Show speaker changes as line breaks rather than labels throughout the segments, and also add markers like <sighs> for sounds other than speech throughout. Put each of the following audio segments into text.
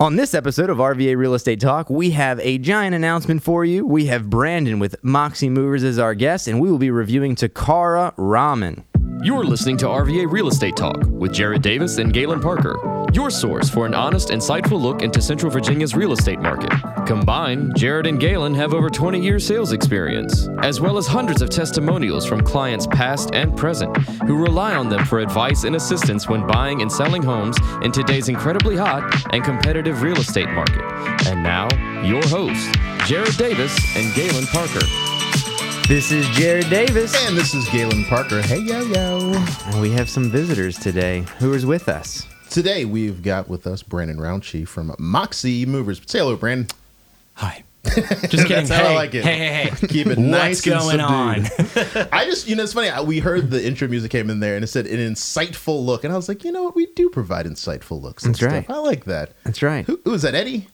On this episode of RVA Real Estate Talk, we have a giant announcement for you. We have Brandon with Moxie Movers as our guest, and we will be reviewing Takara Ramen.
You're listening to RVA Real Estate Talk with Jared Davis and Galen Parker, your source for an honest, insightful look into Central Virginia's real estate market. Combined, Jared and Galen have over 20 years sales experience, as well as hundreds of testimonials from clients past and present who rely on them for advice and assistance when buying and selling homes in today's incredibly hot and competitive real estate market. And now, your hosts, Jared Davis and Galen Parker.
This is Jared Davis,
And this is Galen Parker. Hey, yo, yo.
and we have some visitors today. Who is with us?
Today we've got with us Brandon Rounchie from Moxie Movers. Say hello, Brandon. <laughs>
Hi. Just kidding.
That's how I
hey,
like it.
Hey, hey, hey.
Keep it
What's
nice and
going on?
<laughs> I just, you know, it's funny. I- We heard the intro music came in there and it said an insightful look. And I was like, you know what? We do provide insightful looks. And
That's right.
stuff. I like that.
That's right.
Who, who was that, Eddie?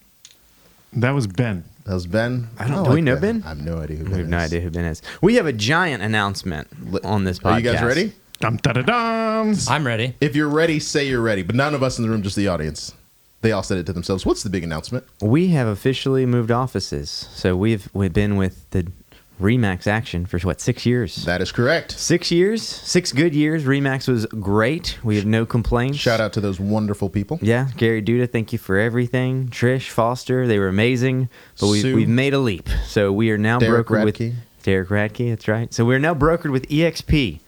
That was Ben.
That was Ben.
I don't-
I
do we know Ben?
I have no idea who Ben
We have no
is.
idea who Ben is. We have a giant announcement on this podcast.
Are you guys ready?
Dum da da dum.
I'm ready.
If you're ready, say you're ready. But none of us in the room, just the audience. They all said it to themselves. What's the big announcement?
We have officially moved offices. So we've we've been with the Remax Action for what six years?
That is correct.
Six years, six good years. Remax was great. We have no complaints.
Shout out to those wonderful people.
Yeah, Gary Duda, thank you for everything. Trish Foster, they were amazing. But we've,
Sue.
we've made a leap. So we are now
Derek
brokered with
Radke.
Derek Radke. That's right. So we're now brokered with E EXP.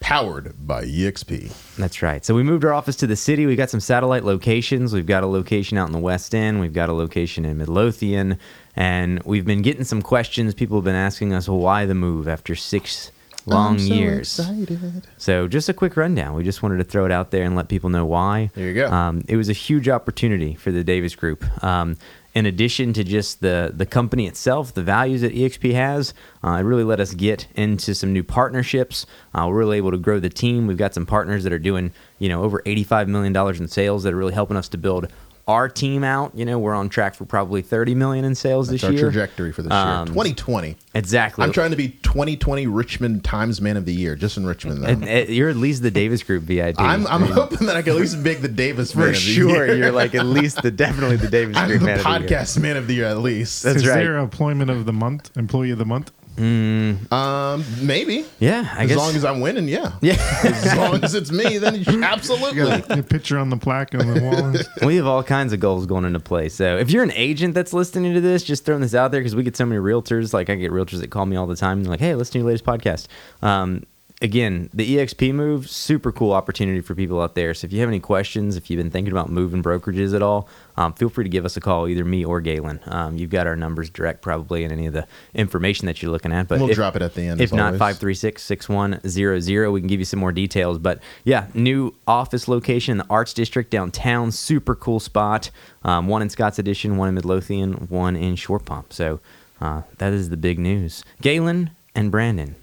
Powered by E EXP.
That's right. So we moved our office to the city. We've got some satellite locations. We've got a location out in the West End. We've got a location in Midlothian. And we've been getting some questions. People have been asking us why the move after six long
I'm so
years.
excited.
So just a quick rundown. We just wanted to throw it out there and let people know why.
There you go.
Um, it was a huge opportunity for the Davis Group. Um, in addition to just the the company itself, the values that EXP has, uh, it really let us get into some new partnerships. Uh, we're really able to grow the team. We've got some partners that are doing you know over eighty five million dollars in sales that are really helping us to build our team out. You know we're on track for probably thirty million in sales
That's
this
our
year.
trajectory for this
Um,
year. 2020.
Exactly.
I'm trying to be 2020 Richmond Times Man of the Year, just in Richmond, though.
And, and you're at least the Davis Group VIP.
I'm, I'm
I mean-
hoping that I can at least make the Davis Man
for
of the
sure.
Year.
You're like at least the definitely the Davis
<laughs> I'm
Group
the
man of the year.
podcast Man of the Year, at least.
That's
Is
right.
there employment of the month? Employee of the month?
Um, maybe.
Yeah, I
as
guess.
long as I'm winning, yeah. <laughs>
yeah,
As long as it's me, then
<laughs>
you- absolutely.
The picture on the plaque on the
<laughs>
wall.
we have all kinds of goals going into play. So if you're an agent that's listening to this, just throwing this out there because we get so many realtors. Like I get realtors that call me all the time and they're like, "Hey, listen to your latest podcast." Um, again, the EXP move, super cool opportunity for people out there. So if you have any questions, if you've been thinking about moving brokerages at all, um, feel free to give us a call, either me or Galen. Um, you've got our numbers direct probably in any of the information that you're looking at. But
We'll
if-
drop it at the end,
If
as
not,
always.
five Three six six one zero zero. We can give you some more details. But yeah, new office location in the Arts District downtown. Super cool spot. Um, one in Scotts Addition, one in Midlothian, one in Short Pump. So uh, that is the big news. Galen and Brandon,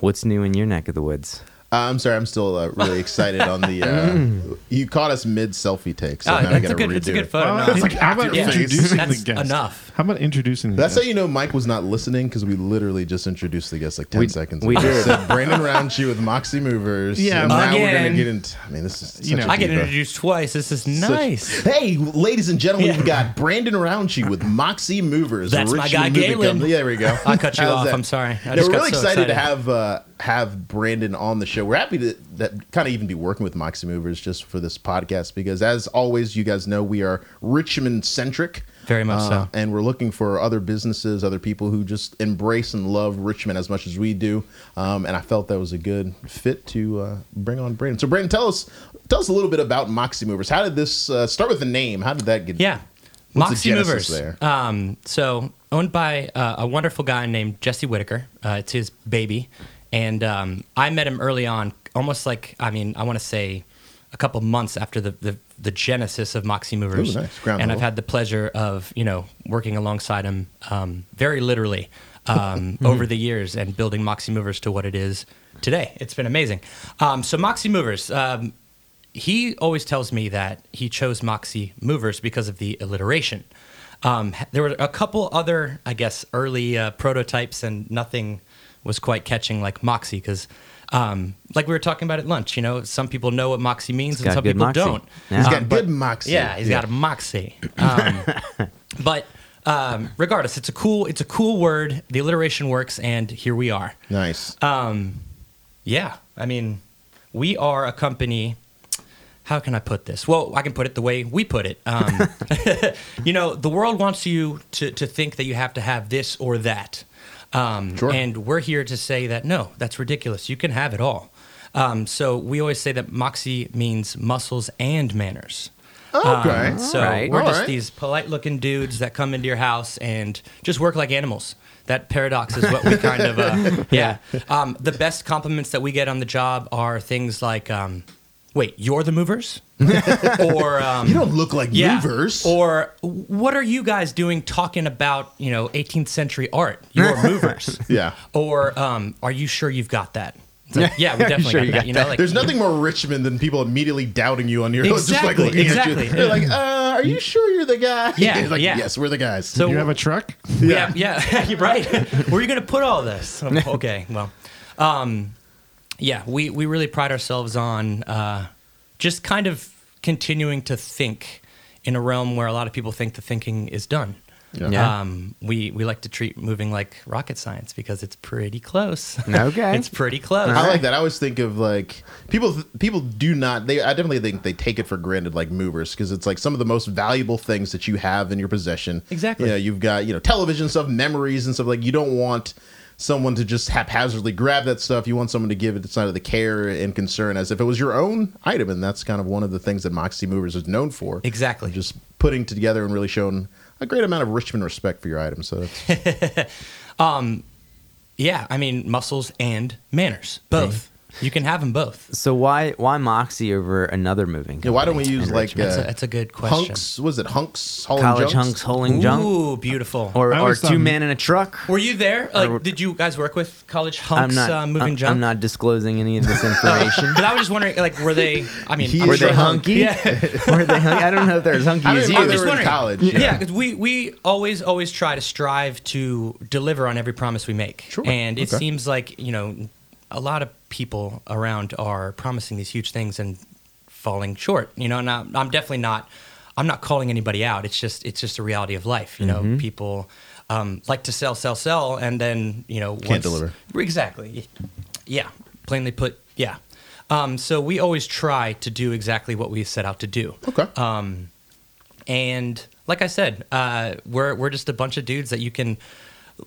what's new in your neck of the woods?
Uh, I'm sorry, I'm still uh, really excited on the.
<laughs>
Uh, you caught us mid selfie take, so
Oh,
now I
that's
got to
a good, it's a
redo
good
it.
photo.
Well,
no.
like, how about
your face.
introducing
That's
the guest?
enough.
How about introducing the
That's how
guest?
you know Mike was not listening because we literally just introduced the guest like ten
We-
seconds
we
ago.
did.
said Brandon Roundtree with Moxie Movers.
Yeah,
and now we're gonna
again.
get into. I mean, this is such
You know,
a
I
I get
diva.
introduced twice. This is
Such-
nice.
Hey, ladies and gentlemen,
Yeah.
we've got Brandon Roundtree with Moxie Movers.
That's my guy,
movie
Galen.
company. Yeah, there we go.
I cut you
How's
off.
that?
I'm sorry. I
No,
just
we're
got
really
so
excited, to
excited.
have uh, have Brandon on the show. We're happy to that kind of even be working with Moxie Movers just for this podcast because, as always, you guys know we are Uh, Richmond centric.
Very much so.
And we're looking for other businesses, other people who just embrace and love Richmond as much as we do. Um, and I felt that was a good fit to uh, bring on Brandon. So, Brandon, tell us tell us a little bit about Moxie Movers. How did this uh, start with the name? How did that get?
Yeah.
What's the
Moxie
genesis there?
Movers. Um, so owned by uh, a wonderful guy named Jesse Whitaker. Uh, it's his baby, and um, I met him early on, almost like I mean, I want to say a couple months after the, the the genesis of Moxie Movers.
Ooh, nice. Ground
and
level.
I've had the pleasure of you know working alongside him, um,
<laughs>
very literally, um,
Hmm.
over the years and building Moxie Movers to what it is today. It's been amazing. Um, so Moxie Movers. Um, he always tells me that he chose Moxie Movers because of the alliteration. Um, there were a couple other, I guess, early uh, prototypes, and nothing was quite catching, like Moxie, because um, like we were talking about at lunch, you know, some people know what Moxie means and
got
some
good
people
moxie.
don't.
Yeah. He's
got
Um, but-
good moxie.
Yeah, he's
Yeah.
got a moxie.
<laughs>
Um, but um, regardless, it's a cool it's a cool word. The alliteration works, and here we are.
Nice.
Uh, Yeah, I mean, we are a company. How can I put this? Well, I can put it the way we put it. Um, <laughs> you know, the world wants you to, to think that you have to have this or that. Um,
Sure.
And we're here to say that no, that's ridiculous. You can have it all. Um, so we always say that moxie means muscles and manners.
okay.
uh, So
Alright.
we're just
Alright.
these polite looking dudes that come into your house and just work like animals. That paradox is what we kind of, uh, yeah. Um, the best compliments that we get on the job are things like, um, wait, you're
<laughs>
the movers? or, um,
you don't look like
yeah.
movers.
Or what are you guys doing talking about, you know, 18th century art?
<laughs>
You're movers.
yeah.
Or um, are you sure you've got that?
<laughs>
It's like, yeah, we definitely
sure
got
you
that.
got
you know, like,
There's nothing more Richmond than people immediately doubting you on your just like
Exactly,
looking at
exactly.
you. They're like, uh, "Are you sure you're the guy?" <laughs>
Yeah,
It's like,
yeah.
Yes, we're the guys.
So-
Do you have a
<laughs>
truck?
Yeah, yeah, <laughs> you're right. Where are you going to put
<laughs>
all this? Oh, okay, well, um, yeah, we, we really pride ourselves on uh, just kind of continuing to think in a realm where a lot of people think the thinking is done.
Yeah.
Yeah.
Um, we we like to treat moving like rocket science because it's pretty close. <laughs>
Okay.
it's pretty close.
I like that. I always think of like people. People do not. They. I definitely think they take it for granted, like movers, because it's like some of the most valuable things that you have in your possession.
Exactly.
You know, you've got you know television stuff, memories, and stuff like you don't want someone to just haphazardly grab that stuff. You want someone to give it a sign of the care and concern as if it was your own item, and that's kind of one of the things that Moxie Movers is known for.
Exactly.
Just putting together and really showing a great amount of Richmond respect for your item. So that's,
yeah, I mean muscles and manners, both. You can have them both.
So why why Moxie over another moving?
Yeah, why
<laughs>
don't we
company
use
in
like
Richmond?
That's, a,
uh,
that's a good question.
hunks? Was it hunks? Hall and
college
Junks?
hunks holding junk
Ooh, beautiful.
or
I
or
always
two
thought-
men in a truck?
Were you there? Like, did you guys work with college hunks uh, moving
I'm,
junk?
I'm not disclosing any of this information. <laughs>
<laughs> But I was just wondering, like, were they? I mean,
He
I'm
Were
is
sure-
they
a hunk.
hunky?
Yeah,
Were they hunky? I don't know if they're as hunky
I
as
didn't
you.
know
I'm
they
just
were in
wondering.
college.
yeah. Because we we always always try to strive to deliver on every promise we make. Sure. And it
Okay.
seems like you know, a lot of people around are promising these huge things and falling short. You know, and I'm, I'm definitely not. I'm not calling anybody out. It's just it's just a reality of life. You know, people. Um, like to sell, sell, sell, and then you know
Can't deliver.
Exactly. Yeah. Plainly put, yeah. Um, so we always try to do exactly what we set out to do.
Okay.
Um, and like I said, uh, we're we're just a bunch of dudes that you can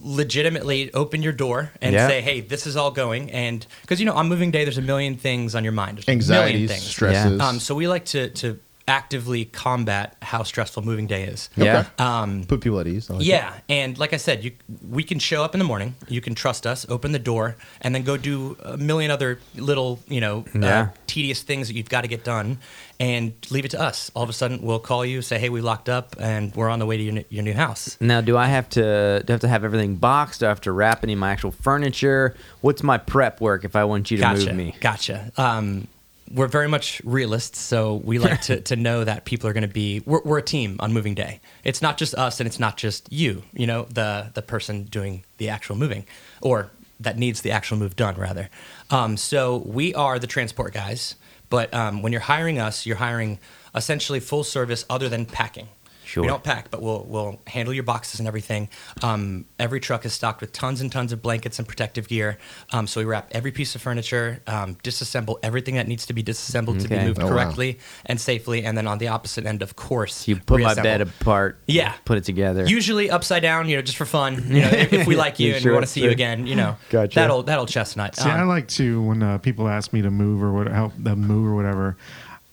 legitimately open your door and
Yeah.
say, "Hey, this is all going." And because you know, on moving day, there's a million things on your mind. There's a million
Anxieties,
things.
stresses.
Um, so we like to to actively combat how stressful moving day is.
Yeah.
Um, Put people at ease. I like it.
Yeah, and like I said, you we can show up in the morning. You can trust us, open the door, and then go do a million other little, you know,
Yeah.
uh, tedious things that you've got to get done, and leave it to us. All of a sudden, we'll call you, say, "Hey, we locked up, and we're on the way to your, new- your new house."
Now, do I have to do I have to have everything boxed? Do I have to wrap any of my actual furniture? What's my prep work if I want you to
Gotcha.
move me?
Gotcha. Um, we're very much realists, so we
<laughs>
like to, to know that people are going to be. We're, we're a team on moving day. It's not just us, and it's not just you. You know, the the person doing the actual moving, or that needs the actual move done, rather. Um, so we are the transport guys, but um, when you're hiring us, you're hiring essentially full service, other than packing.
Sure.
We don't pack, but we'll we'll handle your boxes and everything. Um, every truck is stocked with tons and tons of blankets and protective gear. Um, so we wrap every piece of furniture, um, disassemble everything that needs to be disassembled to
Okay.
be moved
Oh, wow.
correctly and safely. And then on the opposite end, of course,
You put my
reassemble.
bed apart.
Yeah.
Put it together.
Usually upside down, you know, just for fun. You know,
<laughs>
if, if we like you
Make
and
sure
we want to
it's
see you
the-
again, you know,
Gotcha.
that old that old chestnut.
See, I
Um,
like to when uh, people ask me to move or what help them move or whatever.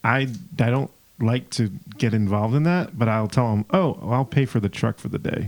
I I don't like to get involved in that, but I'll tell them, "Oh, I'll pay for the truck for the
<laughs>
day."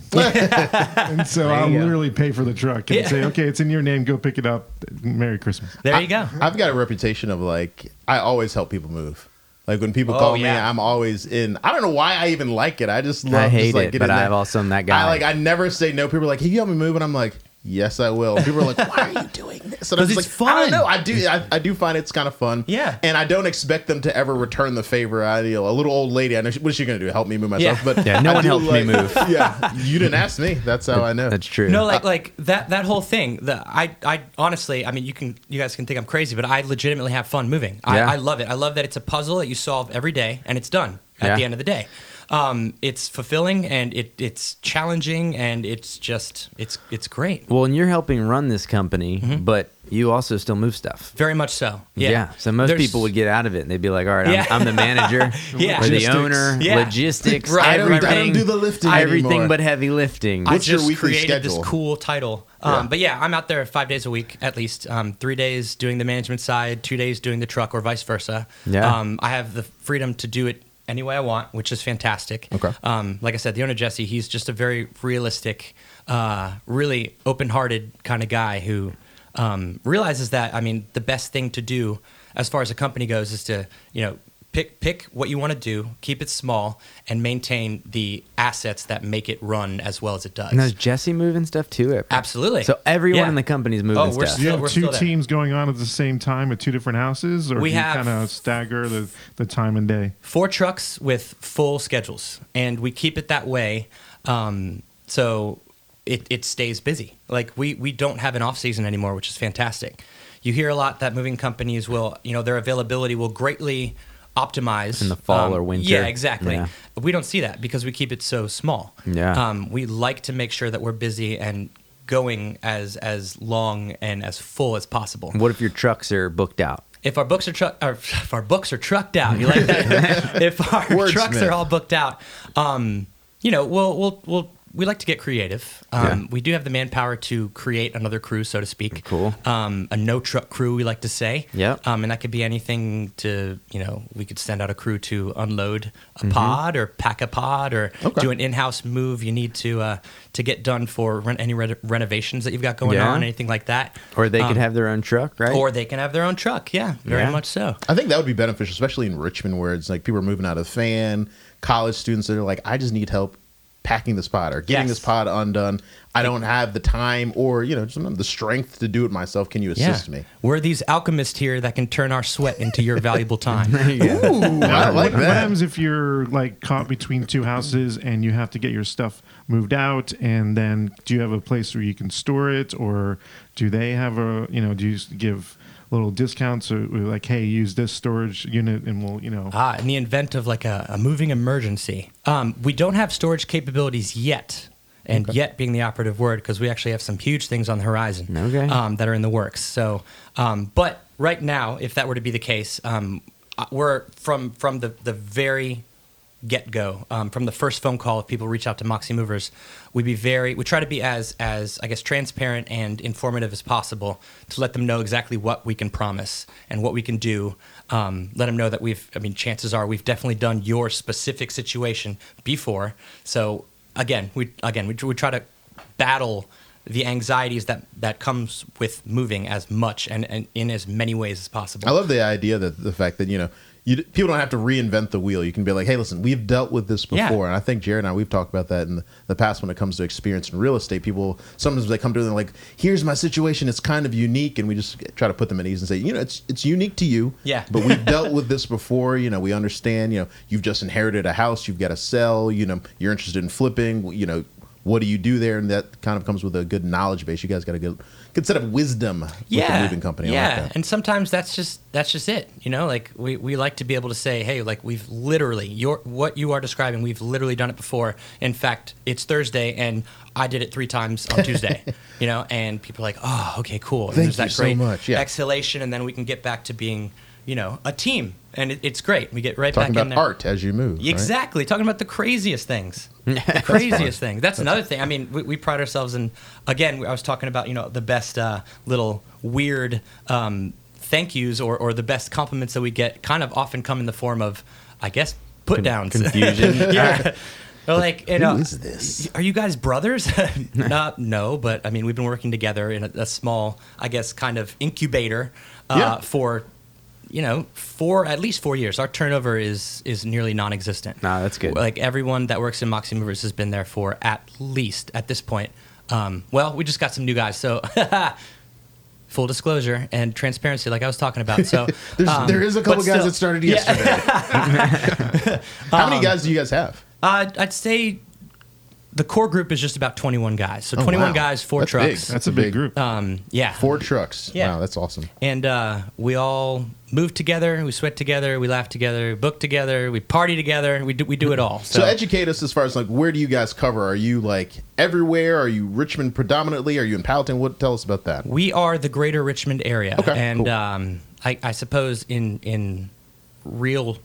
and so I'll
go.
literally pay for the truck and
Yeah.
say, "Okay, it's in your name. Go pick it up. Merry Christmas."
there you go.
I've got a reputation of like I always help people move. Like when people
Oh,
call me,
yeah.
I'm always in. I don't know why I even like it. I just love.
I hate
just, like,
it, but
getting that-
I've also am that guy.
I like. I never say no. People are like, "Can you help me move?" And I'm like, "Yes, I will." People are like, "Why are you doing it. So I was like,
it's
I don't
fun.
know. I do. I, I do find it's kind of fun.
Yeah.
And I don't expect them to ever return the favor. I you know, a little old lady. I know. She, what is she going to do? Help me move myself?
Yeah.
But
Yeah, no
I
one
do
helped me move.
<laughs> Yeah. You didn't ask me. That's how I know.
That's true.
No, like like that that whole thing. The I I honestly, I mean, you can you guys can think I'm crazy, but I legitimately have fun moving. I,
Yeah.
I love it. I love that it's a puzzle that you solve every day and it's done at
Yeah.
the end of the day. Um, it's fulfilling and it it's challenging and it's just it's it's great.
Well, and you're helping run this company, but you also still move stuff.
Very much so. Mm-hmm. Yeah.
So most
There's-
people would get out of it and they'd be like, all right,
Yeah.
I'm, I'm the manager
<laughs> Yeah.
or the
Logistics.
owner,
Yeah.
logistics,
Right, I don't- I
everything.
do
don't
the lifting
Everything
anymore.
but heavy lifting.
What's
I
your
just
weekly
created
schedule?
this cool title. Um, But yeah, I'm out there five days a week at least. Um, three days doing the management side, two days doing the truck, or vice versa.
Yeah.
Um, I have the freedom to do it any way I want, which is fantastic.
Okay.
Um, like I said, the owner Jesse, he's just a very realistic, uh, really open-hearted kind of guy who um, realizes that. I mean, the best thing to do as far as a company goes is to you know. Pick, pick what you want to do, keep it small, and maintain the assets that make it run as well as it does.
and is Jesse moving stuff too? April?
Absolutely.
So everyone
Yeah.
in the company's moving
Oh, we're
stuff.
Do you
Yeah,
have
we're
two
still there.
teams going on at the same time at two different houses, or
We
do you
have-
kind of stagger the, the time and day?
Four trucks with full schedules, and we keep it that way. Um, so it, it stays busy. Like we, we don't have an off season anymore, which is fantastic. You hear a lot that moving companies will, you know, their availability will greatly optimize um,
In the fall or winter.
Yeah, exactly.
Yeah.
We don't see that because we keep it so small.
Yeah.
Um, we like to make sure that we're busy and going as as long and as full as possible.
What if your trucks are booked out?
if our books are truck, or <laughs> if our books are trucked out, you
<laughs>
like that? if our trucks
Wordsmith.
are all booked out, um, you know, we'll we'll we'll we like to get creative. Um,
Yeah.
We do have the manpower to create another crew, so to speak.
Cool.
Um, a no truck crew, we like to say.
Yep.
Um, and that could be anything to you know, we could send out a crew to unload a
Mm-hmm.
pod or pack a pod or
Okay.
do an in-house move you need to uh, to get done for ren- any re- renovations that you've got going
Yeah.
on, anything like that.
Or they
Um,
could have their own truck, right?
<laughs>
or they can have their own truck. Yeah, very
Yeah.
much so.
I think that would be beneficial, especially in Richmond, where it's like people are moving out of the fan, college students that are like, I just need help packing this pod or getting
Yes.
this pod undone. I don't have the time or, you know, just the strength to do it myself. Can you assist me?
We're these alchemists here that can turn our sweat into your valuable time.
Ooh, I like
What
that.
happens if you're like caught between two houses and you have to get your stuff moved out? And then do you have a place where you can store it, or do they have a you know do you give little discounts or like hey use this storage unit and we'll you know
ah, in the event of like a, a moving emergency, um, we don't have storage capabilities yet. And yet being the operative word because we actually have some huge things on the horizon
Okay.
um, that are in the works. So, um, but right now, if that were to be the case, um, uh, we're from from the the very get go, um, from the first phone call, if people reach out to Moxie Movers, we be very we try to be as as I guess transparent and informative as possible to let them know exactly what we can promise and what we can do. Um, let them know that we've I mean chances are we've definitely done your specific situation before. So again, we again we, we try to battle the anxieties that that comes with moving as much and, and in as many ways as possible.
I love the idea that the fact that, you know, you, people don't have to reinvent the wheel. You can be like, hey, listen, we've dealt with this
Yeah.
before. And I think Jared and I, we've talked about that in the, the past when it comes to experience in real estate. People, sometimes they come to it and they're like, here's my situation. It's kind of unique. And we just try to put them at ease and say, you know, it's, it's unique to you.
Yeah.
But we've dealt with this before. You know, we understand, you know, you've just inherited a house. You've got to sell. You know, you're interested in flipping. You know, what do you do there? And that kind of comes with a good knowledge base. You guys got a good, good set of wisdom with the moving company. I like
Yeah,
that.
and sometimes that's just that's just it. You know, like we, we like to be able to say, hey, like we've literally your what you are describing, we've literally done it before. In fact, it's Thursday, and I did it three times
<laughs>
on Tuesday. you know, and people are like, oh, okay, cool. And
Thank
there's
you
that
so
great
much, yeah.
exhalation, and then we can get back to being, you know, a team, and it, it's great. We get right
talking
back in
about
there.
art as you move. right?
Exactly. Talking about the craziest
<laughs>
things. The craziest things. That's another thing. I mean, we, we pride ourselves in, again, I was talking about, you know, the best uh, little weird um, thank yous or, or the best compliments that we get kind of often come in the form of, I guess, put downs.
Confusion.
yeah. <laughs> Or like, you know,
Who is this?
are you guys brothers? <laughs> Not, no, but I mean, we've been working together in a, a small, I guess, kind of incubator uh,
Yeah.
for, you know, for at least four years. Our turnover is is nearly non-existent.
Nah, that's good.
Like everyone that works in Moxie Movers has been there for at least at this point. Um, well, we just got some new guys, so <laughs> full disclosure and transparency, like I was talking about. So
<laughs> There's,
um,
there is a couple
but
guys
still-
that started
Yeah. Um,
yesterday.
<laughs>
How many guys do you guys have?
Uh, I'd say the core group is just about 21 guys. So 21
Oh, wow.
guys, four
That's big.
trucks.
That's a big,
Big.
group.
Um, yeah.
Four trucks.
Yeah.
Wow, that's awesome.
And uh, we all move together, we sweat together, we laugh together, book together, we party together, we do, we do it all.
So,
So,
educate us as far as like where do you guys cover? Are you like everywhere? Are you Richmond predominantly? Are you in Powhatan? What tell us about that?
we are the greater Richmond area.
Okay,
and
cool.
um, I, I suppose in, in real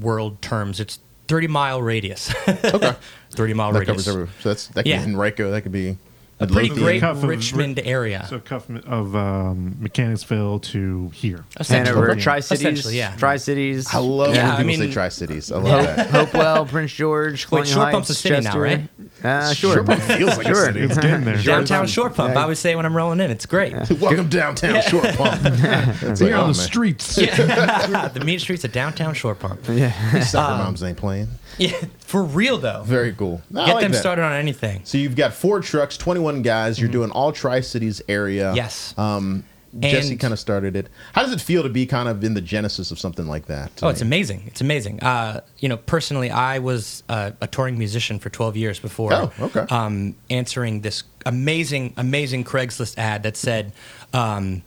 world terms, it's 30 mile radius. <laughs>
Okay.
30 mile
that
radius.
covers everywhere. So that's that could
Yeah.
be Henrico. That could be
A pretty
Midlothian.
great
Cuff of Ri-
Richmond area.
So cuff m- of um, Mechanicsville to here.
Essentially.
Hanover,
Yeah.
Tri Cities,
Essentially, yeah.
Tri Cities.
I love
Yeah,
when
I
people say
mean-
Tri Cities. I love
<laughs>
<laughs>
that.
Hopewell, Prince George,
Wait,
Colonial
Shore Pump's a
Heights,
city now,
Chester.
right?
Uh, sure.
feels like a
Sure.
city.
It's getting there.
Downtown Shore Pump. I always say when I'm rolling in, it's great.
Welcome downtown, short <laughs> pump. It's like,
You're
<laughs>
on
oh, man.
the streets.
<laughs> the mean streets of downtown Shore Pump.
Soccer
Um,
moms ain't playing.
Yeah, for real though.
Very cool. No, I
Get
like
them
that.
started on anything.
So you've got four trucks, 21 guys. You're doing all Tri Cities area.
Yes.
Um, Jesse
And-
kind of started it. How does it feel to be kind of in the genesis of something like that?
Oh, it's amazing! It's amazing. Uh, you know, personally, I was uh, a touring musician for 12 years before
Oh, okay.
um, answering this amazing, amazing Craigslist ad that said, um,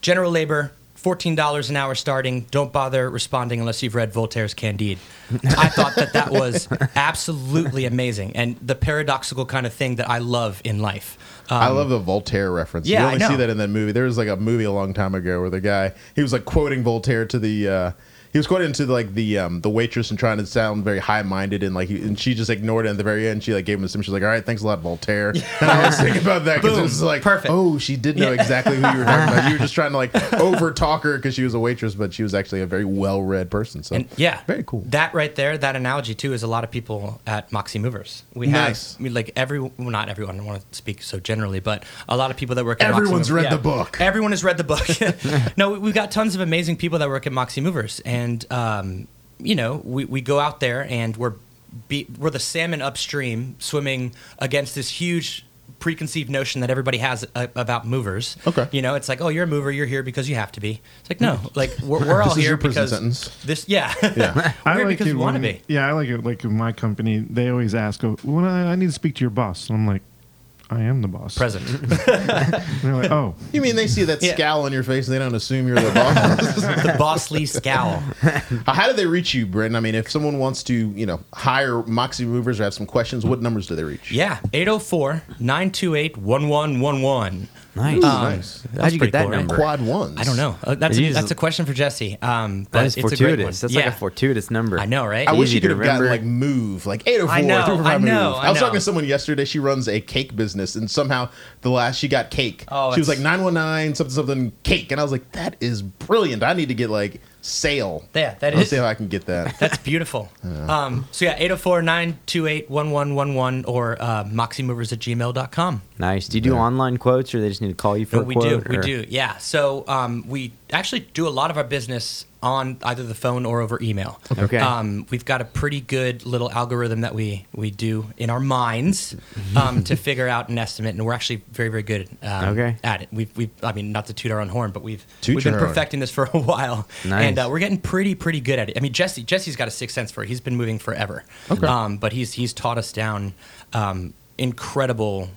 "General labor, fourteen dollars an hour starting. Don't bother responding unless you've read Voltaire's Candide." I thought that
<laughs>
that was absolutely amazing and the paradoxical kind of thing that I love in life. Um,
I love the Voltaire reference.
yeah,
you
I
only see
know.
that in that movie. There was like a movie a long time ago where the guy he was like quoting Voltaire to the uh, he was quoting to like the um, the waitress and trying to sound very high minded and like he, and she just ignored it at the very end. She like gave him some. She's like, "All right, thanks a lot,
<laughs>
Voltaire." And I was thinking about that because it
Boom.
was like,
Perfect.
"Oh, she did know exactly who you were talking
<laughs>
about." You were just trying to like over talk her because she was a waitress, but she was actually a very well read person. So
And yeah,
very cool.
That right there, that analogy too, is a lot of people at Moxie Movers. We
Nice.
have we like every well, not everyone. I don't want to speak so generally, but a lot of people that work. at
Everyone's
Moxie Movers-
read the book.
Everyone has read
<laughs>
the book. <laughs> no, we- we've got tons of amazing people that work at Moxie Movers, and um, you know, we, we go out there and we're be, we're the salmon upstream swimming against this huge preconceived notion that everybody has uh, about movers.
Okay. Mm.
You know, it's like, oh, you're a mover, you're here because you have to be. It's like, no, like we're,
<laughs>
we're all
This is
here
your prison
because
sentence.
this, yeah,
Yeah.
I
<laughs> Weird
like
because
it
you want to
when-
be.
Yeah, I like it. Like in my company, they always ask, oh, "Well, I, I need to speak to your boss," and I'm like, "I am the
<laughs>
boss."
Present.
And they're like, "Oh, <laughs>
You mean they see that
Yeah.
scowl on your face and they don't assume
<laughs>
you're the boss?
the boss Lee scowl.
Uh, How do they reach you, Brendan? I mean, if someone wants to, you know, hire Moxie Movers or have some questions, what numbers do they reach?
Yeah. 804 928 1111.
Nice.
Um,
nice.
How'd you get
pretty
that
cool, right?
number?
Quad ones.
I don't know. Uh, that's,
It is-
that's a question for Jesse. Um, but
That is
it's a great one.
fortuitous. That's
yeah.
like a fortuitous number.
I know, right?
I wish
Easy
you could
to
have gotten
remember.
like move, like 804,
I know,
345
I know,
move.
I
I, was
know.
talking to someone yesterday. She runs a cake business and somehow the last she got cake.
Oh,
she was like
that's-
919 something something cake. And I was like, that is brilliant. I need to get like sale.
Yeah, that
Let's
is-
see how I can get
<laughs>
that.
that's beautiful. Um, so, yeah, 804 928 1111 or uh, moxiemovers at gmail.com.
Nice. Do you do online quotes, or they just need to call you for
No,
a
we
quote?
do. We
or-
do. Yeah. So um, we actually do a lot of our business on either the phone or over email.
Okay.
Um, we've got a pretty good little algorithm that we we do in our minds um, to figure out an estimate, and we're actually very very good um,
Okay.
at it. We've, we've I mean not to toot our own horn, but we've
Toot
we've been
your own.
perfecting this for a <laughs> while,
Nice.
and uh, we're getting pretty pretty good at it. I mean Jesse Jesse's got a sixth sense for it. He's been moving forever.
Okay.
Um, but he's he's taught us down um, incredible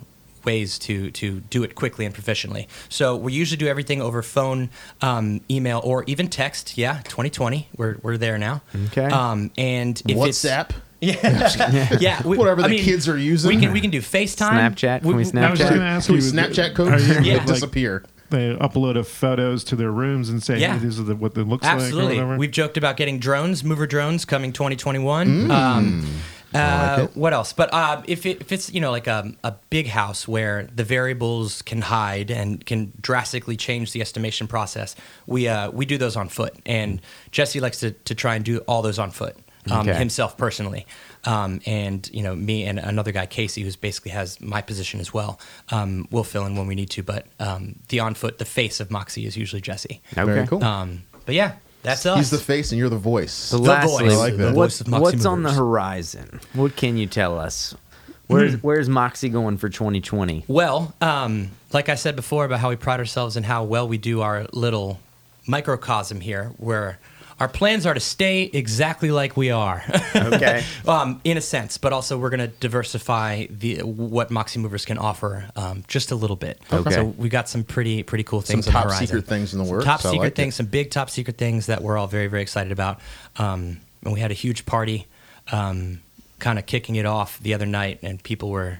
ways to to do it quickly and proficiently. So we usually do everything over phone, um, email, or even text. Yeah, 2020, we're we're there now.
Okay.
Um, and if it's-
WhatsApp?
<laughs>
<laughs>
yeah, yeah, we-
Whatever the
I mean,
kids are using.
We can we can do FaceTime,
Snapchat? Can we
I was just
Snapchat?
going to ask
Can we
you,
Snapchat code? <laughs>
Are you,
Yeah.
like,
disappear.
they upload a photos to their rooms and say,
Yeah.
hey, "These are the, what it looks
Absolutely.
like." or whatever.
We've joked about getting drones, mover drones coming 2021.
Mm.
Um, uh,
it.
what else? But uh, if, it, if it's you know like a, a big house where the variables can hide and can drastically change the estimation process, we uh, we do those on foot. And Jesse likes to, to try and do all those on foot um,
Okay.
himself personally. Um, and you know me and another guy Casey, who's basically has my position as well. Um, we'll fill in when we need to, but um, the on foot, the face of Moxie is usually Jesse.
Okay.
Very cool.
Um, but yeah, that's us.
He's the face and you're the voice.
So lastly,
voice.
I like that.
what-
The voice of Moxie
what's on the
Movers.
horizon? What can you tell us?
Hmm.
Where's Where's Moxie going for 2020?
Well, um, like I said before about how we pride ourselves and how well we do our little microcosm here, where our plans are to stay exactly like we are,
<laughs> Okay.
um, in a sense, but also we're going to diversify the what Moxie Movers can offer um, just a little bit.
Okay.
So we got some pretty pretty cool
Some
things. on
top
the horizon.
secret things in the
Some
works.
Top
I
secret
like it.
things, some big top secret things that we're all very, very excited about. Um, and we had a huge party, um, kind of kicking it off the other night, and people were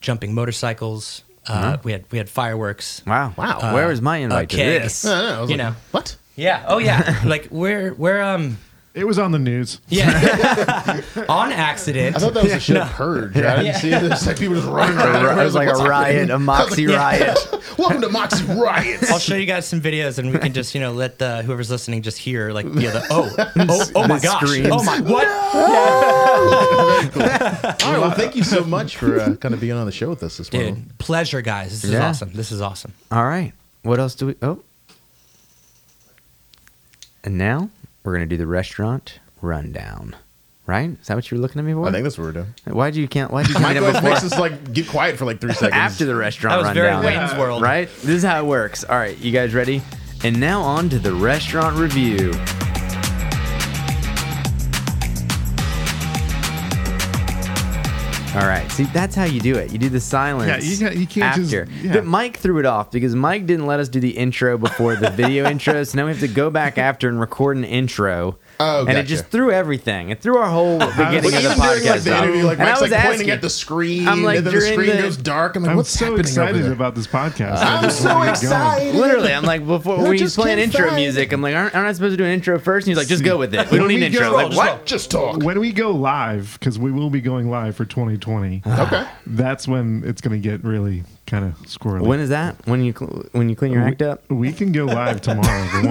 jumping motorcycles. Uh, We had we had fireworks.
Wow.
Mm-hmm. Wow.
Where Where is my invite to
okay.
this?
No, no, I was
You
like,
know.
what?
Yeah. Oh yeah.
<laughs>
like we're we're um
It was on the news.
yeah <laughs> on accident.
I thought
<laughs>
that was a shit purge. right? I didn't see it. It's like people just running around.
It was like <laughs> a riot,
<laughs>
a Moxie riot.
Welcome to Moxie
<laughs>
Riots.
I'll show you guys some videos, and we can just you know let the whoever's listening just hear like the other oh oh, oh my
The
gosh
screams.
oh my what
All right, well, thank you so much for uh, kind of being on the show with us this morning.
dude pleasure guys this is
Yeah.
awesome this is awesome.
All right. What else do we? Oh. And now we're gonna do the restaurant rundown. Right? Is that what you were looking at me for?
I think that's what we're doing.
Why'd you can't? Why'd you
My
can't?
voice makes us like get quiet for
<laughs>
like three seconds.
after the restaurant
That was very
rundown.
Wayne's World.
Right? This is how it works. All right, you guys ready? And now on to the restaurant review. All right. See, that's how you do it. You do the silence.
Yeah, you can't- you can't just-
after.
yeah.
But Mike threw it off because Mike didn't let us do the intro before the
<laughs>
video intro, so now we have to go back after and record an intro.
Oh,
and it
gotcha.
just threw everything. It threw our whole
<laughs> But
beginning of the
even during like
podcast
the
off.
interview, like
And I
Mike's
was
like
asking-
pointing at the screen,
I'm like,
and then the
during
screen
the-
goes dark. I'm like,
I'm
what's
so
happening over
excited
there?
about this podcast. I
I'm
just
so
wanna get going.
excited.
Literally, I'm like, before
I
when you
just
play an
can't
intro
find it.
music, I'm like, aren't, aren't I supposed to do an intro first? And he's like, just go with it. We don't need an intro. I'm like, what?
Just talk.
When we go live, because we will be going live for 2020,
<sighs> Okay.
that's when it's going to get really kind of squirrely.
When is that? When you cl- when you clean your act up?
we, we can go live tomorrow. if we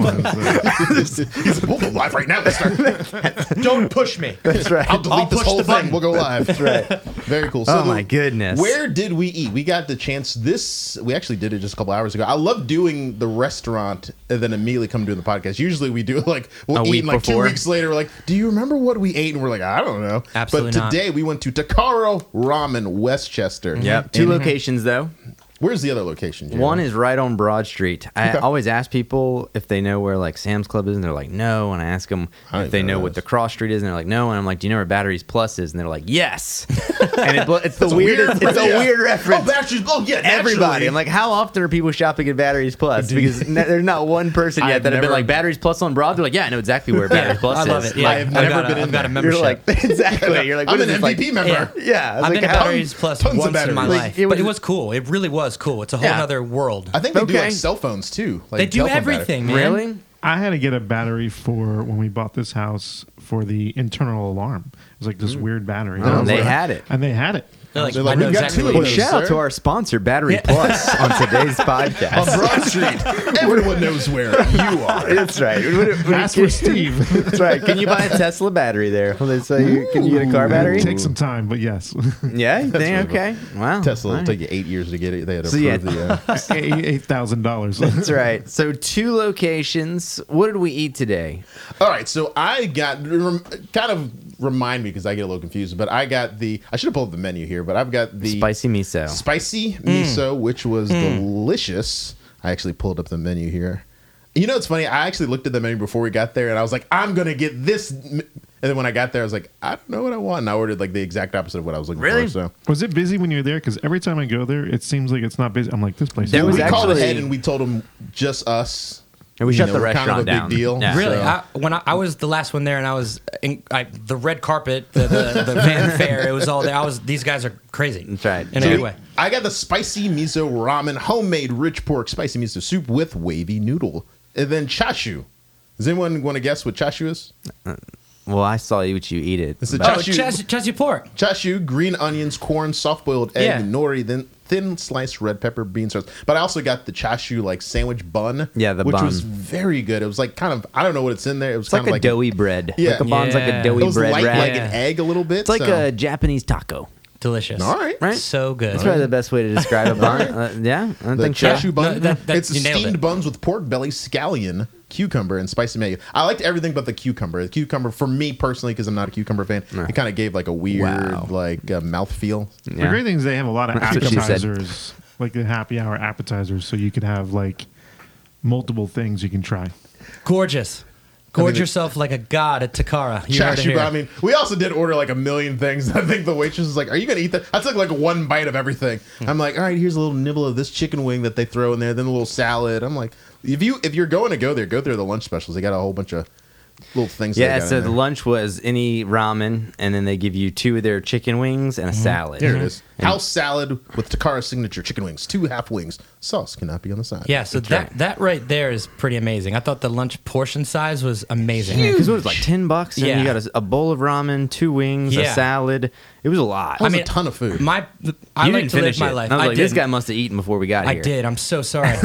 want,
<laughs>
so.
He's like, we'll go live right now. Let's start.
Don't push me.
That's right.
I'll delete
I'll
this
push
whole
the
thing.
button.
We'll go live. That's right. Very cool.
Oh my goodness.
Where did we eat? We got the chance. This we actually did it just a couple hours ago. I love doing the restaurant and then immediately come doing the podcast. Usually we do like we'll
A
eat
week
and, like
before.
two weeks later. We're like, do you remember what we ate? And we're like, I don't know.
Absolutely
But
not.
today we went to Takaro Ramen Westchester.
Mm-hmm. Yep. Two locations though.
Where's the other location? Jared?
One is right on Broad Street. I
Okay.
always ask people if they know where like Sam's Club is, and they're like, no. And I ask them
I don't
if they
even know
know
where
what
it
the
is.
cross street is, and they're like, no. And I'm like, do you know where Batteries Plus is? And they're like,
<laughs>
yes. and it, blo- it's the
It's a
weirdest. <laughs> it's a
yeah.
weird reference.
Oh, Bastards! Oh, yeah,
Everybody.
naturally.
I'm like, how often are people shopping at Batteries Plus? Because n- there's not one person yet
I've
that have been
never-
like Batteries Plus on Broad. They're like, yeah, I know exactly where Batteries Plus
I
is.
love it. Yeah,
Like,
I've
I've
never
got a-
been in
I've got a
there.
membership.
you're like <laughs> exactly. You're like,
uh, I'm
what
an
is
MVP
this, like-
member.
Yeah,
I've
like,
been to
how-
Batteries Plus
tons of
once in
batteries.
my
Like,
life,
it
but it
was-
was cool. It really was cool. It's a whole
Yeah.
other world.
I think they do
Okay.
like cell phones too. Like
they do
telephone battery.
everything, man.
Really?
I had to get a battery for when we bought this house for the internal alarm. It was like this weird battery. And I
Oh,
was
they
like-
had it.
And they had it.
They're like,
They're like,
I know
we've got
exactly
two
what
of
Well,
it is.
those.
shout out
sir.
to our sponsor, Battery Plus, on today's
on <laughs>
podcast.
Broad Street. Everyone knows where <laughs> you are.
That's right. Would it- would it-
Ask for Steve.
<laughs> That's right. Can you buy a Tesla battery there? Will they sell you? Can you get a car battery?
Take some time, but yes.
Yeah. You think?
really
Okay. Wow.
Tesla
All
will
right.
<laughs> take you eight years to get it. They had to
So,
approve
yeah.
the.
<laughs>
Uh,
<laughs> Eight thousand dollars.
That's right. So two locations. What did we eat today?
All right, so I got rem, kind of remind me because I get a little confused, but I got the I should have pulled up the menu here, but I've got the
Spicy miso.
spicy
Mm.
miso, which was delicious. I actually pulled up the menu here. You know, it's funny. I actually looked at the menu before we got there, and I was like, "I'm gonna get this." m- And then when I got there, I was like, "I don't know what I want." And I ordered like the exact opposite of what I was looking
Really?
for. So
Was it busy when you were there? Because every time I go there, it seems like it's not busy. I'm like, this place.
There
is
was
we
busy.
actually-
called ahead and we told them just us.
And we
You
shut
know,
the
we're kind of
restaurant
a
down.
Big deal.
Yeah.
Really,
So-
I, when I, I was the last one there, and I was in, I, the red carpet, the, the, the fanfare, it was all there. I was these guys are crazy.
That's right.
In
So
a good
we-
way.
I got the spicy miso ramen, homemade rich pork spicy miso soup with wavy noodle, and then chashu. Does anyone want to guess what chashu is?
Well, I saw you what you eat it.
It's a
but-
Oh,
Chashu-
Chas- Chashu pork.
Chashu, green onions, corn, soft boiled egg,
Yeah.
nori, then thin sliced red pepper, bean sauce. But I also got the chashu like sandwich bun.
Yeah, the
which
bun.
was very good. It was like kind of I don't know what it's in there. It was
It's
kind
like a
of like
doughy bread.
Yeah.
Like a bon's like a
Yeah.
It
doughy
was
bread
light
wrap.
like
Yeah.
an egg a little bit.
It's like
so-
a Japanese taco.
delicious.
All right.
Right?
So good.
That's probably the best way to describe a
<laughs>
bun. Uh, yeah, I don't
The
think so.
cashew bun.
No, that- that-
it's
you nailed
steamed
it.
buns with pork belly, scallion, cucumber, and spicy mayo. I liked everything but the cucumber. The cucumber, for me personally, because I'm not a cucumber fan, it kind of gave like a weird
Wow.
like uh, mouth feel.
Yeah.
The great thing is they have a lot of
That's what she said.
appetizers, like the happy hour appetizers, so you could have like multiple things you
<laughs>
can try.
Gorgeous. Gorge
it-
yourself like a god at Takara. You heard it
Cashew
here.
bun. I mean, we also did order like a million things. <laughs> I think the waitress was like, "Are you gonna eat that?" I took like one bite of everything. I'm like, "All right, here's a little nibble of this chicken wing that they throw in there, then a little salad." I'm like, "If you if you're going to go there, go through the lunch specials. They got a whole bunch of little things." they
Yeah,
got
so
in
the
there.
lunch was any ramen, and then they give you two of their chicken wings and a
Mm-hmm.
salad.
Here it is.
Mhm. And-
House salad with Takara's signature chicken wings, two half wings. Sauce cannot be on the side.
yeah, so that, that right there is pretty amazing. I thought the lunch portion size was amazing.
Because it was like 10 bucks, and
Yeah.
you got a, a bowl of ramen, two wings, a
Yeah.
salad. It was a lot.
That was a
I mean,
ton of food.
My, I
you
like
didn't
to
finish
live my
it.
life.
I was
I
like, this
didn't.
guy must have eaten before we got
I
here.
did. I'm so sorry.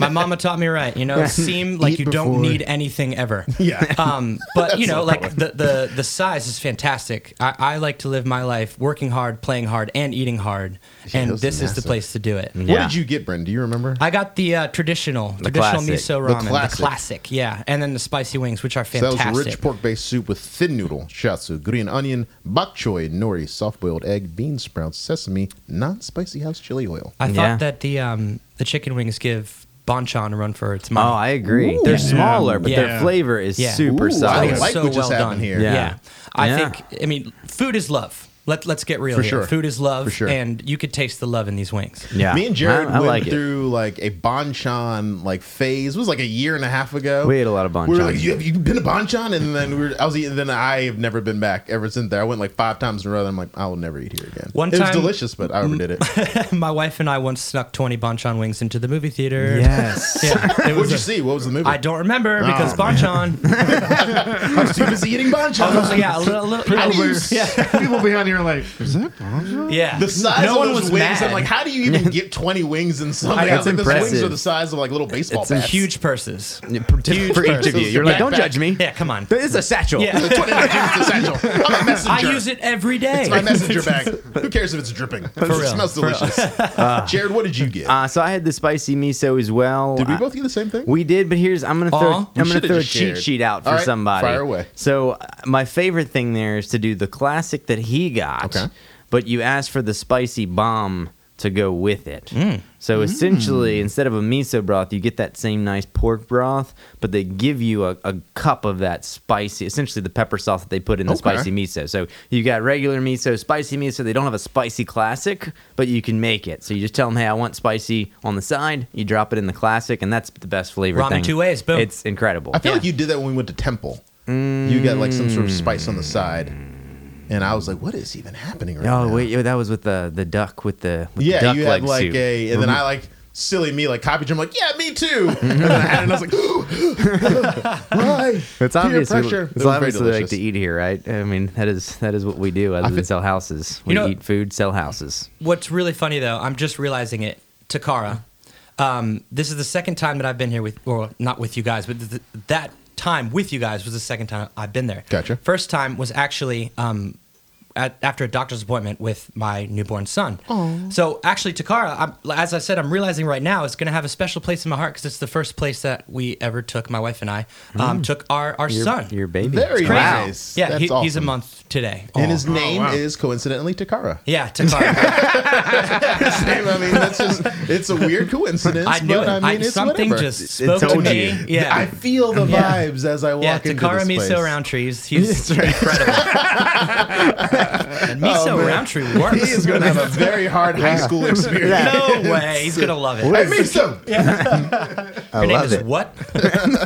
My mama taught me right. You know, seem like
Eat
you
before.
don't need anything ever.
Yeah.
Um, but you know, like the, the the size is fantastic. I, I like to live my life working hard, playing hard, and eating hard. and
those are
this is the
massive.
place to do it.
what
Yeah.
did you get, Brendan? Do you remember?
I got the uh, traditional, traditional
classic.
miso
Mm-hmm. The
ramen, the classic.
classic.
yeah, and then the spicy wings, which are
So that
fantastic.
was rich pork based soup with thin noodle, shatsu, green onion, bok choy, nori, soft boiled egg, bean sprouts, sesame, non spicy house chili oil.
I thought
Yeah.
that the um, the chicken wings give banchan a run for its
Oh,
money.
I agree.
Ooh.
They're
Yeah.
smaller, but their
Yeah.
flavor is
Yeah.
super
Ooh, I
solid.
like what just happened here.
Yeah.
Yeah. I
Yeah.
think I mean food is love. Let let's get real
For
here.
sure.
Food is love
For sure.
and you could taste the love in these wings.
yeah.
Me and Jared
I, I
went
like it.
through like a banchan like phase. It was like a year and a half ago.
We ate a lot of
We were
banchan.
like, you, have you been to banchan? And then we were, I was eating. Then I have never been back ever since there. I went like five times in a row. And I'm like, I will never eat here again.
One
it was
time-
delicious, but I overdid it.
<laughs> My wife and I once snuck 20 banchan wings into the movie theater.
Yes.
<laughs>
<laughs>
Yeah. <laughs> It
What'd
was
you
a-
see? Ah. What was the movie?
I don't remember because
<laughs>
banchan.
I was too busy eating banchan.
Oh,
<laughs>
yeah, a little, a little
How do you <laughs>
People behind here are like, is that Bonzo?
yeah.
the size
no
of
one
those
was
wings.
mad.
I'm like, how do you even
<laughs>
get 20 wings in something?
That's
That's like, those wings
impressive.
are the size of like little baseball
It's a
bats. <laughs>
huge purses.
For, for each of you. You're like, don't judge me.
Yeah, come on.
It's a satchel.
Yeah.
The 20 is essential.
<laughs>
I'm a
I
messenger.
use it every day.
It's my messenger bag.
<laughs>
Who cares if it's dripping? it
real.
smells delicious.
<laughs>
Jared, what did you get?
<laughs> Uh, so I had the spicy miso as well.
did we
I-
both get the same thing?
We did, but here's I'm gonna throw
Aw.
I'm
We
gonna
should've
throw a
just
cheat
shared.
sheet out for
All right,
somebody.
fire away.
So uh, my favorite thing there is to do the classic that he got,
Okay.
but you ask for the spicy bomb to go with it.
Mm.
So essentially, instead of a miso broth, you get that same nice pork broth, but they give you a, a cup of that spicy, essentially the pepper sauce that they put in the
Okay.
spicy miso. So you got regular miso, spicy miso. They don't have a spicy classic, but you can make it. So you just tell them, hey, I want spicy on the side. You drop it in the classic, and that's the best flavor.
Ramen
thing.
two ways, boom.
It's incredible.
I feel
Yeah.
like you did that when we went to Temple. You got like some sort of spice on the side. And I was like, what is even happening right now?
Oh wait, yeah, that was with the the duck with the with the
Yeah,
duck
you
leg Mm-hmm.
had like
soup.
a, and then I like silly me like copied you. I'm like, yeah,
<laughs>
me too. and then I had it, and I was like, why?
It's
Peer
obvious. we-
pressure. It was
It's
very
obvious we like
delicious.
to eat here, right? I mean, that is that is what we do. Other than
think-
sell houses, we
know-
eat food, sell houses.
What's really funny though, I'm just realizing it. Takara, um, this is the second time that I've been here with, or not with you guys, but th- that time with you guys was the second time I've been there.
Gotcha.
First time was actually um, at, after a doctor's appointment with my newborn son. So actually, Takara, I'm, as I said, I'm realizing right now, it's going to have a special place in my heart because it's the first place that we ever took. My wife and I
Mm.
um, took our our
Your,
son.
your baby.
Very
Crazy.
nice.
Yeah,
That's
he, he's a
awesome. <laughs>
month today.
And
Aw.
Oh,
his name
wow.
is coincidentally
<laughs>
Takara.
yeah, Takara.
His name, I mean, that's just, it's a weird coincidence.
I knew
but
it.
I mean,
I-
it's
something
whatever.
just spoke to
told
me.
you.
Yeah.
I feel the vibes as I walk
yeah,
into this
Takara
place. <laughs>
Miso Roundtree's. He's incredible. Miso
Oh, man.
Roundtree
<laughs>
works.
He is going to have a very hard
<laughs>
high school experience.
no way. He's gonna love it.
Hey, Miso.
Her name
love
is
it.
what?
<laughs>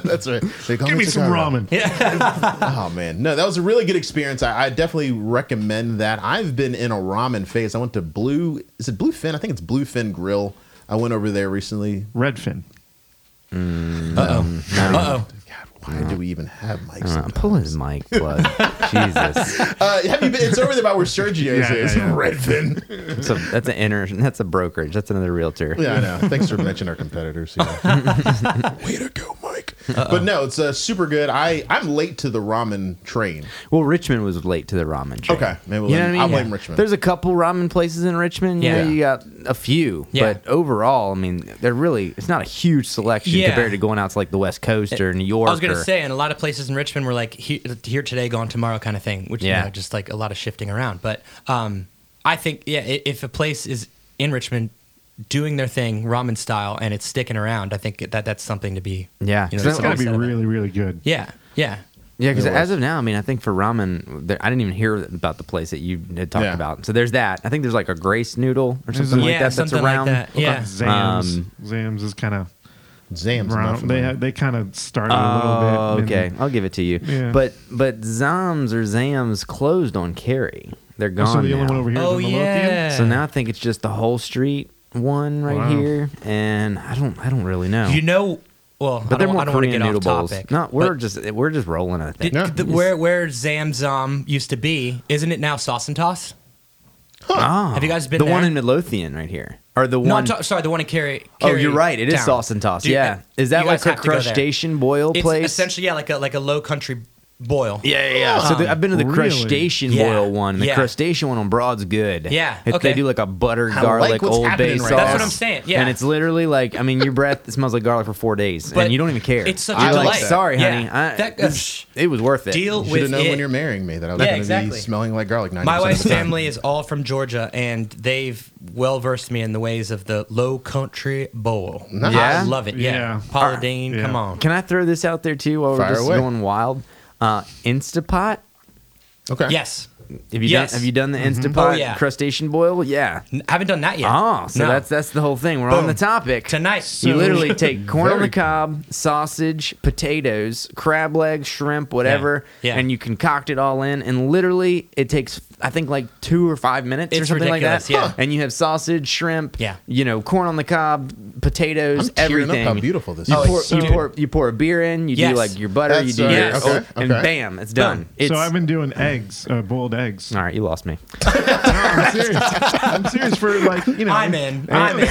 That's right. They call
Give me some
Takara.
ramen.
Oh man, no, that was a really good experience. I, I definitely recommend that. I've been in a ramen phase. I went to Blue. Is it Bluefin? I think it's Bluefin Grill. I went over there recently.
Redfin.
Um,
Uh
God,
oh.
why do we even have mics?
Uh, pull his mic
<laughs>
plug. Jesus,
Uh, have you been? It's over there by where Sergio's
<laughs> Yeah,
is.
yeah, yeah. <laughs>
Redfin.
that's a that's an inter, that's a brokerage. That's another realtor.
<laughs>
yeah, I know. Thanks for mentioning our competitors. You know. Way to go, Mike. But no, it's uh, super good. I I'm late to the ramen train.
Well, Richmond was late to the ramen train.
Okay, maybe we'll-
you know what I mean?
I'll blame Richmond.
There's a couple ramen places in Richmond. Yeah,
Yeah.
you got a few,
Yeah.
but overall, I mean, they're really it's not a huge selection
Yeah.
compared to going out to like the West Coast or New York.
I was going
or,
to say, and a lot of places in Richmond were like he- here today, gone tomorrow kind of thing, which
Yeah.
you know, just like a lot of shifting around. But um, I think yeah, i- if a place is in Richmond doing their thing ramen style and it's sticking around, I think that that's something to be
Yeah.
You know,
So
It's
that's
got to
something
be
said about-
really, really good.
yeah yeah
Yeah, because
There
as of now, I mean, I think for ramen, there, I didn't even hear about the place that you had talked
Yeah.
about. So there's that. I think there's like a Grace noodle or something
a-
like
Mm-hmm. yeah
that that's
something
around.
like that yeah.
Zams.
Um,
Zams is kind of
Zam's not
brown. They
familiar.
ha- they kind of started a
Oh,
little bit.
okay.
and-
I'll give it to you.
Yeah.
But but Zams or Zams closed on Cary. They're gone.
so the
now.
only one over here is
Oh,
in Midlothian?
yeah.
So now I think it's just the whole street one right
Wow.
here, and I don't I don't really know.
You know, well,
but they're
I don't,
more
I don't want to
Korean
get
noodle
off
bowls.
topic.
No, we're
but
just we're just rolling. I think.
did-
Yeah.
the- where where Zamzam used to be, isn't it now Sauce and Toss?
Ah,
Have you guys been
the one
there?
in Midlothian right here, or the
No,
one?
I'm ta- sorry, the one in Cary.
oh,
Cary
you're right. It is
Town.
sauce and toss.
Dude,
yeah, is that
you
like
guys
a
have to go there.
crustacean boil
It's
place?
essentially yeah, like a like a low country boil.
Yeah, yeah. yeah. so the, I've been to the
Really?
crustacean
Yeah.
boil one. The
Yeah.
crustacean one on Broad's good.
Yeah,
If
okay.
they do like a butter
I like
garlic
what's
old bay
happening
sauce.
right now.
That's what I'm saying, yeah.
and it's literally like I mean, your breath smells like garlic for four days,
But
and you don't even care.
it's such
You're
a
like,
delight.
Sorry,
Yeah.
honey. I,
That-
this- it was worth it.
Deal
You should
with
have known
it.
when you're marrying me that I was
Yeah,
going to be
exactly.
smelling like garlic. 90
My wife's
of the time.
family is all from Georgia, and they've well versed me in the ways of the low country bowl.
Nice.
Yeah?
I love it. Yeah,
Yeah.
Paula Deen,
Yeah.
come on.
Can I throw this out there too while
Fire
we're just
away.
going wild? Uh, Instapot.
Okay.
Yes,
Have you
Yes.
done? Have you done the Instapot
Oh, yeah.
crustacean boil? Yeah.
N- haven't done that yet.
Oh, so
No.
that's that's the whole thing. We're on
Boom.
the topic
Tonight.
you
So- <laughs>
literally take corn on
Very
the cob, sausage, potatoes, crab legs, shrimp, whatever,
Yeah.
and you concoct it all in. And literally, it takes I think like two or five minutes or
It's
something like
ridiculous,
that.
yeah. Huh.
And you have sausage, shrimp,
Yeah.
you know, corn on the cob, potatoes,
I'm tearing up
everything.
how beautiful this
you
is.
Oh,
Pour,
so
you
good.
pour you pour a beer in. You do
Yes.
like your butter.
That's
you do
right.
your
Yes.
oat,
Okay,
and
okay.
bam, it's done. It's,
So I've been doing eggs, uh, boiled eggs.
all right, you lost me.
I'm serious. I'm serious for like you know.
I'm in. I'm in.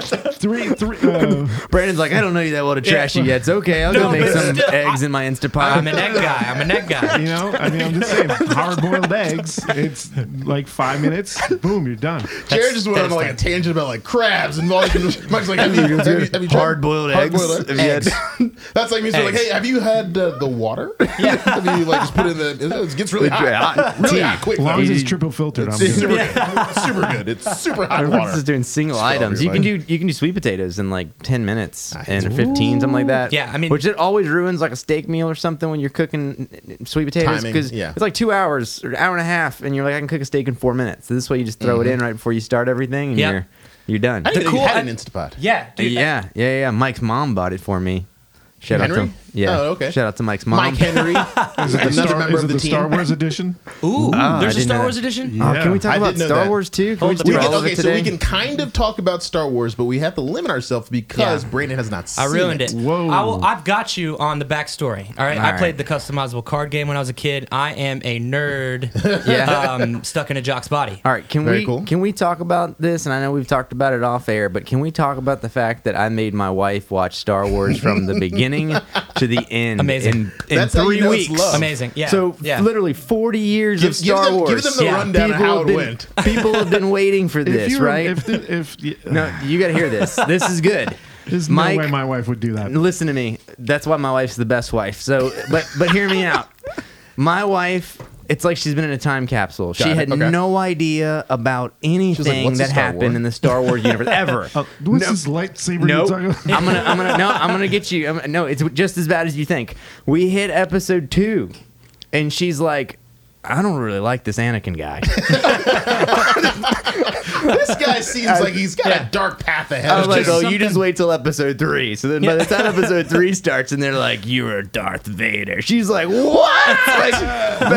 Three, three. Uh,
Brandon's like, I don't know you that
<laughs>
well to trash you yet. It's okay. I'll go
No,
make
but
some
still,
eggs in my
I'm an
<laughs> Instapot.
egg guy. I'm an egg
<laughs>
guy.
you know, I mean, I'm just saying, hard boiled eggs. It's like five minutes. Boom, you're done.
Jared just went
that
on
is
like a
fine.
tangent about like crabs and all. Mike's like, have you, have you, have you tried
Hard-boiled
hard-boiled
eggs? Have you
eggs? <laughs> That's like me saying like,
Eggs.
hey, have you had uh, the water? <laughs> Yeah. have you like just put in the? It gets really hot. <laughs> Really hot quick.
As long
though.
as it's triple filtered, I'm
It's
good.
super good. super good. It's super hot
Everyone's
water.
just doing single
Strawberry
items. You can do
lemon.
you can do sweet potatoes in like ten minutes and fifteen, something like that.
Yeah, I mean-
which it always ruins like a steak meal or something when you're cooking uh, sweet potatoes
Timing,
because
yeah.
it's like two hours or hour and a half, and you're like, I can cook a steak in four minutes. So this way, you just
Mm-hmm.
throw it in right before you start everything, and
Yep.
you're you're done.
I didn't know
cool-
you had
I-
an Instapot.
Yeah, dude.
yeah, yeah, yeah. Mike's mom bought it for me. Shout out
Henry?
to yeah.
Oh, okay.
Shout out to Mike's mom.
Mike Henry,
Is it the,
another
Star,
member
is
of
it
the,
the
team.
Star Wars edition?
Ooh,
Ah, I
there's a
didn't know
Star
that.
Wars edition.
Oh, can we
Yeah.
talk
I
about
didn't know
Star
that.
Wars too? Can we
Hold
just
the
do
We
bro.
all
can,
of
okay,
it
so
today?
we can kind of talk about Star Wars, but we have to limit ourselves because
Yeah.
Brandon has not.
I
seen
ruined it.
Whoa.
I will, I've got you on the backstory. All right.
All
I
right.
played the customizable card game when I was a kid. I am a
<laughs>
nerd
yeah.
um, stuck in a jock's body.
All right, can
Very
we
cool.
can we talk about this? And I know we've talked about it off air, but can we talk about the fact that I made my wife watch Star Wars from
<laughs>
the beginning to the end?
Amazing.
In, in
That's how you
three
know it's
weeks.
love.
Amazing. Yeah.
So
yeah.
literally forty years
Give-
of
give
Star
them- give
Wars.
them the
Yeah.
rundown of
People
how
have
it
been-
went.
People have been waiting
<laughs>
for
If
this,
you were-
right?
If, the, if y-
no, you got to hear this. This is good.
there's
Mike,
no way my wife would do that.
listen to me. That's why my wife's the best wife. So, but but hear me out. My wife, it's like she's been in a time capsule. she
it.
had
Okay.
no idea about anything
"What's a
that
Star
happened
Wars?" Oh,
in the Star Wars
<laughs>
universe ever.
Uh, what's this lightsaber
No,
you're talking about?
I'm gonna, I'm gonna, no, I'm gonna get you. I'm, no, it's just as bad as you think. We hit episode two, and she's like, "I don't really like this Anakin guy."
This guy seems like he's got a dark path ahead.
I was
of
like,
him.
"Oh, you just wait till episode three. So then, by the time episode three starts, and they're like, "You're Darth Vader," she's like, "What?" Like,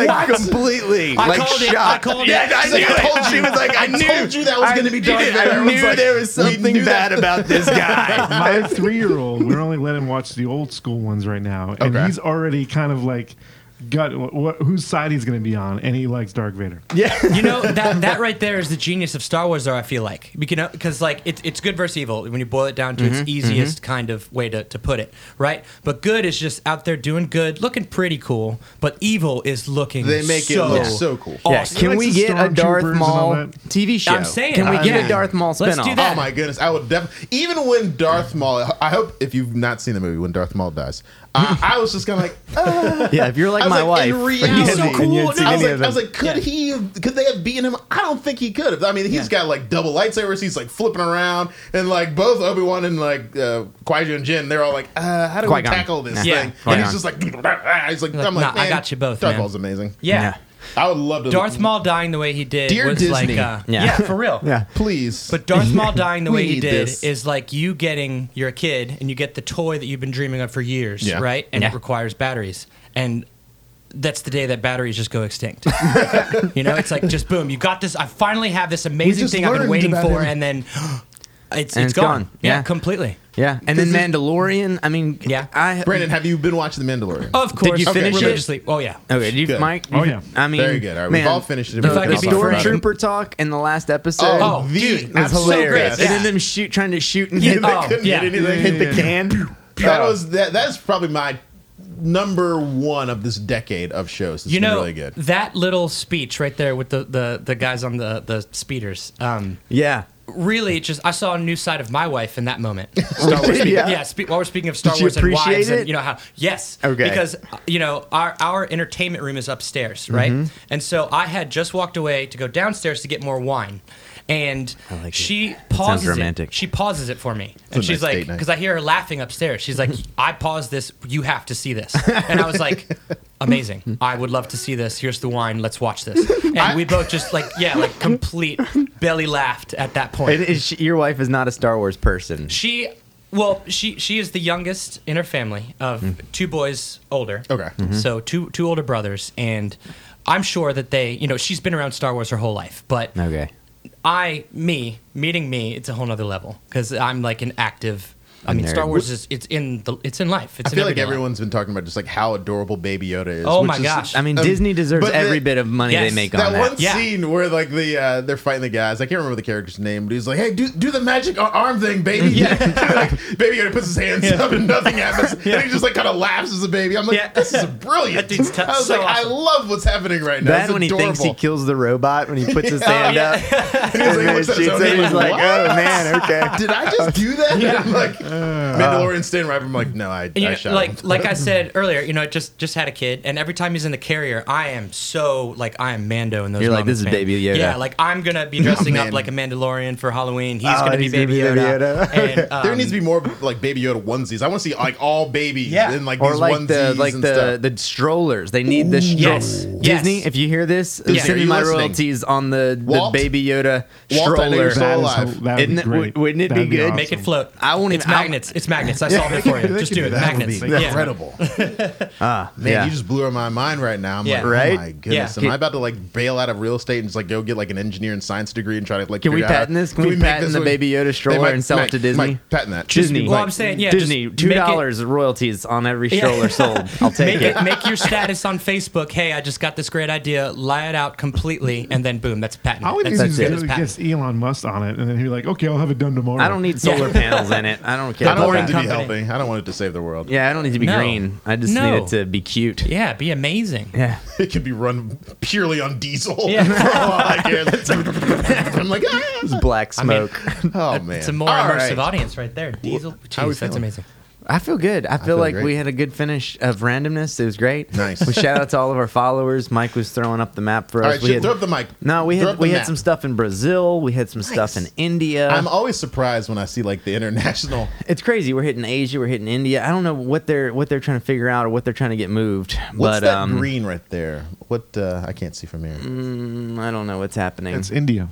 like completely,
I
like
called it. I
shocked.
called
yeah,
it.
I
She's like,
knew
I
it.
told
She
you.
was like, "I,
I
knew."
told you that was gonna be
I-
Darth
dude,
Vader.
I
Everyone's
knew
like,
there was
we
something
knew
bad
that.
about this guy.
<laughs> my three year old, we're only letting him watch the old school ones right now, and
Okay.
he's already kind of like gut wh- wh- whose side he's going to be on, and he likes Dark Vader.
you know that
<laughs>
that right there is the genius of Star Wars. Though I feel like because because like it's it's good versus evil when you boil it down to
Mm-hmm,
its easiest kind of way to, to put it, right? But good is just out there doing good, looking pretty cool. But evil is looking
They make it
so
look so cool. Oh
Awesome.
Yeah, can
Like
we
the
get a
stormtroopers
Darth
and
Maul
all that.
TV show?
I'm saying,
can we
I
get
mean,
a Darth Maul
let's do
spinoff?
that.
Oh my goodness! I would definitely. Even when Darth Maul, I hope if you've not seen the movie when Darth Maul dies, I, I was just kind of like, ah.
Yeah, if you're like
I was
my
like,
wife,
in
and you
reality,
hadn't- and you hadn't seen
I, was
any
like,
of
I
them.
was like, could he? Could they have beaten him? I don't think he could have. I mean, he's got like double lightsabers. He's like flipping around, and like both Obi Wan and like uh, Qui Gon Jinn, they're all like, uh, how do we
Qui-Gon.
tackle this
Yeah.
thing?
Yeah.
And he's just like, <laughs> he's like, I'm like,
"Nah, I
man,
got you both,
Darth
man."
Maul's amazing.
Yeah.
Yeah.
I would love to.
Darth Maul dying the way he did
Dear
was like
Disney.
uh,
Yeah.
yeah.
<laughs>
for real.
yeah.
please.
But
<laughs>
Darth Maul dying the
We
way he
need
did
this.
is like you getting you're a kid and you get the toy that you've been dreaming of for years,
Yeah.
right? And
Yeah.
it requires batteries. And that's the day that batteries just
<laughs>
go extinct. you know, it's like just boom, you got this I finally have this amazing
just
thing I've been
learned
waiting
about
for
it.
and then <gasps> it's
And
it's
it's gone.
gone.
Yeah.
completely.
Yeah, and then
This is-
Mandalorian. I mean,
Yeah.
I
Brandon, have you been watching The Mandalorian?
Of course.
Did you
finish it?
religiously. Oh yeah.
Okay, do you,
Good.
Mike.
Oh,
you-
yeah.
I mean,
Very good. All right, we've
man,
all finished it.
The
We've
fucking
talked about it.
stormtrooper talk in the last episode.
Oh,
was
dude,
that's
so
hilarious.
great.
And then
Yeah.
them shoot, trying to shoot and
Yeah.
hit,
Oh,
the,
yeah.
hit anything,
Yeah,
hit the
yeah,
can.
That
Oh.
was that. That's probably my number one of this decade of shows. It's
you
been
know
really good.
that little speech right there with the, the, the guys on the, the speeders. Um,
<laughs> Yeah,
really just I saw a new side of my wife in
<laughs>
that moment.
Star Wars.
yeah, spe- while we're speaking of Star
Did you
Wars and
appreciate
wives,
it?
and you know how yes,
Okay.
because uh, you know our our entertainment room is upstairs, right?
Mm-hmm.
And so I had just walked away to go downstairs to get more wine, and
like it.
she pauses
romantic.
She pauses it for me, and
a nice
she's like,
date night.
because I hear her laughing upstairs. She's like, I paused this. You have to see this, and I was like. Amazing! I would love to see this. Here's the wine. Let's watch this. And we both just like, yeah, like complete belly laughed at that point.
And is she- your wife is not a Star Wars person.
She, well, she she is the youngest in her family of two boys older.
Okay. Mhm.
so two two older brothers, and I'm sure that they, you know, she's been around Star Wars her whole life, but
Okay,
I, me, meeting me, it's a whole nother level because I'm like an active. I mean,
nerd.
Star Wars is it's in the it's in life. It's
I feel
in
like
everyday life.
everyone's been talking about just like how adorable Baby Yoda is.
Oh
which
my
is-
gosh.
I mean
Um,
Disney deserves
but the-
every bit of money
Yes,
they make
that
on that.
one
Yeah.
scene where like the uh, they're fighting the guys. I can't remember the character's name, but he's like, "Hey, do do the magic ar- arm thing,
<laughs>
baby!" <laughs> like, baby Yoda puts his hands up and nothing
<laughs>
happens, and he just like kind of laughs as a baby. I'm like,
Yeah.
"This is brilliant!"
That dude's t-
I was
so
like, "I
awesome.
love what's happening right now."
Bad
it's
when he thinks he
adorable. Oh,
kills the robot when he puts
<laughs>
his hand
yeah.
up.
And he's like,
and
looks at his
shoots
own
it,
hand,
he's like,
"What?"
oh man, okay.
did I just do
<laughs>
that? And I'm <laughs> like,
Uh,
Mandalorian stand right. I'm like, no, I,
And, you
I
know,
shot him.
like like I said earlier, you know, I just just had a kid, and every time he's in the carrier, I am so like I am Mando in those.
You're like, this
moments,
is
man.
Baby Yoda.
Yeah, like I'm
<laughs>
gonna be dressing
man.
up like a Mandalorian for Halloween. He's
Oh,
gonna be
he's gonna be
Baby
Baby
Yoda.
Yoda. <laughs>
And, um,
there needs to be more like Baby Yoda onesies. I want to see like all babies
Yeah.
in like
or
<laughs> these
like
onesies
the like
and
the,
stuff.
the strollers. They need the stroller.
Yes. Yes.
Disney, if you hear this, send
are
me
you
my
listening?
royalties on the, the
Walt?
Baby Yoda
Walt, I know
stroller.
you're so-
That is
alive.
hel- that would
Isn't
be
it-
great.
wouldn't it be
That'd
good?
awesome.
Make it float.
I won't
It's
even- I'll-
magnets. It's magnets. I
<laughs>
solved it for you.
they
Just
could
do
do
it.
that.
Magnets.
That would
Yeah.
incredible.
Ah,
Man,
yeah.
you just blew my mind right now. I'm
Yeah.
like,
Right?
oh my goodness.
Yeah.
Am I about to like bail out of real estate and just like go get like an engineering science degree and try to like
Can we
figure out-
patent this? Can we
make
patent the
one-
Baby Yoda
They
stroller and sell it to Disney?
Mike, patent that.
Disney.
Well, I'm saying, yeah,
Disney,
just
two
make it-
dollars royalties on every
Yeah.
stroller
<laughs>
sold. I'll take
Make,
it.
it, make your status on Facebook. Hey, I just got this great idea. Lie it out completely, and then boom, that's patent.
I would
that's
think he's
it.
going to
patent.
get Elon Musk on it, and then he'd be like, "Okay, I'll have it done tomorrow."
I don't need solar panels in it. I don't care.
I don't
about
want it to
that.
be
company.
healthy. I don't want it to save the world.
Yeah, I don't need to be
No.
green. I just
No.
need it to be cute.
Yeah, be amazing. <laughs>
Yeah.
It could be run purely on diesel. <laughs>
Yeah.
For all I care. That's-
<laughs>
I'm like, ah.
It's black
mean-
smoke. I,
oh man.
It's a more
All
immersive
right.
audience right there. Diesel.
How we
Jeez, that's
feeling?
amazing.
feel good. I feel,
feel
like
great.
we had a good finish of randomness. It was great.
Nice.
Well, shout out to all of our followers. Mike was throwing up the map for
All
us.
right,
we
Jim,
had,
throw up the mic.
No, we
Throw
had
up the
we had
map.
some stuff in Brazil. We had some stuff in
Nice.
India.
I'm always surprised when I see like the international.
it's crazy. We're hitting Asia. We're hitting India. I don't know what they're what they're trying to figure out or what they're trying to get moved.
What's
but
that
um,
green right there? What
Mm.
uh, I can't see from here.
I don't know what's happening.
It's India.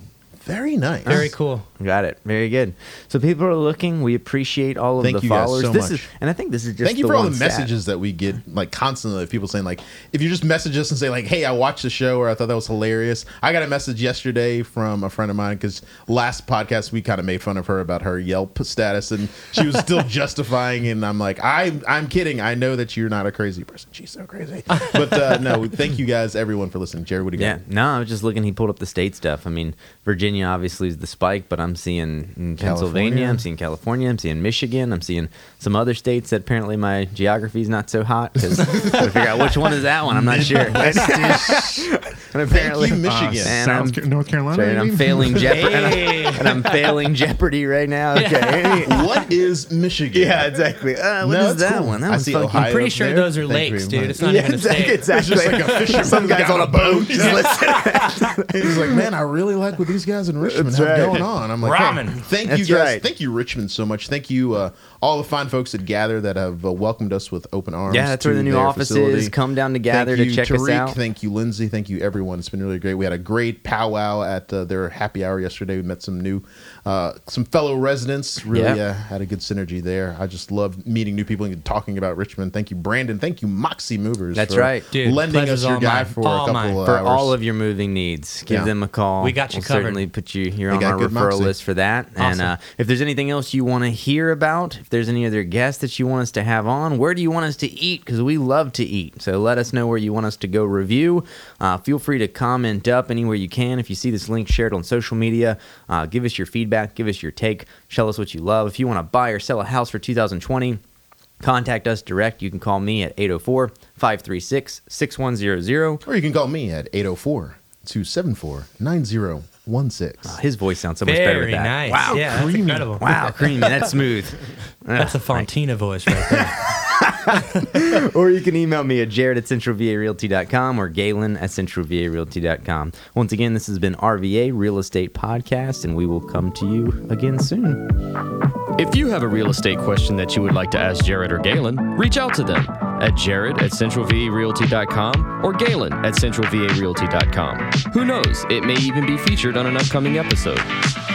Very nice.
Very cool.
Got it. Very good. So people are looking. We appreciate all of
Thank
the
you guys
followers.
so
this
much.
is, and I think this is just.
Thank you
the
for all
one
the
stat.
messages that we get like constantly of people saying like if you just message us and say like hey I watched the show or I thought that was hilarious. I got a message yesterday from a friend of mine because last podcast we kind of made fun of her about her Yelp status and she
<laughs>
was still justifying it and I'm like I I'm kidding I know that you're not a crazy person she's so crazy but uh, no thank you guys everyone for listening Jared what do you
Yeah.
got
No, I was just looking. He pulled up the state stuff. I mean, Virginia obviously is the spike, but I'm seeing in Pennsylvania. I'm seeing California. I'm seeing Michigan. I'm seeing some other states that apparently my geography is not so hot because I figure out which one is that one. I'm not sure.
<laughs>
<laughs> and apparently,
you,
Uh,
Michigan.
Man,
South
I'm-
Ca- North Carolina.
Sorry, and
maybe?
I'm
<laughs>
failing Jeopardy.
Hey.
<laughs> And I'm failing Jeopardy right now. Okay.
what is Michigan
Yeah, exactly. Uh, what
No,
is
it's
that
cool.
one? That
I
one's
see
fucking
Ohio
pretty-
up
Pretty sure
there?
those are
Thank
lakes,
you
dude.
much. <laughs>
It's not even a
<laughs>
state.
exactly.
It's just like a fisherman
Some guy's on a boat. Just listen.
<laughs> He's like, man, I really like what these guys in Richmond have going on. I'm like, hey,
Ramen.
thank
That's
you guys,
right.
thank you Richmond so much. Thank you uh, all the fine folks that gather that have uh, welcomed us with open arms.
Yeah, that's
to
where the new
their
office
facility.
is. Come down to gather
Thank
to
you,
check us
Tariq.
out.
Thank you, Lindsay. Thank you, everyone. It's been really great. We had a great powwow at uh, their happy hour yesterday. We met some new, uh, some fellow residents. Really
Yeah.
uh, had a good synergy there. I just love meeting new people and talking about Richmond. Thank you, Brandon. Thank you, Moxie Movers.
That's
for
right.
Dude,
lending us
pleasure's
your
all
guy
mine.
for a
All
couple
mine.
of
for
hours.
all of your moving needs. Give
Yeah.
them a call.
We got you
we'll
covered.
Certainly put you. You're
They
on
got
our
good eh?
referral
moxie.
list for that. And
Awesome.
uh, if there's anything else you want to hear about, if there's any other guests that you want us to have on, where do you want us to eat? Because we love to eat. So let us know where you want us to go review. Uh, feel free to comment up anywhere you can. If you see this link shared on social media, uh, give us your feedback. Give us your take. Tell us what you love. If you want to buy or sell a house for 2020 contact us direct. You can call me at 804 536 6100.
Or you can call me at 804 274 9016.
His voice sounds so much better with
Very
that.
nice.
Wow.
yeah, that's incredible.
Wow, creamy.
<laughs>
That's smooth.
That's a Fontina voice right there.
or you can email me at jared at centralvarealty.com or galen at centralvarealty.com. Once again, this has been RVA Real Estate Podcast, and we will come to you again soon.
If you have a real estate question that you would like to ask Jared or Galen, reach out to them at jared at centralvarealty.com or galen at centralvarealty.com. Who knows, it may even be featured on an upcoming episode.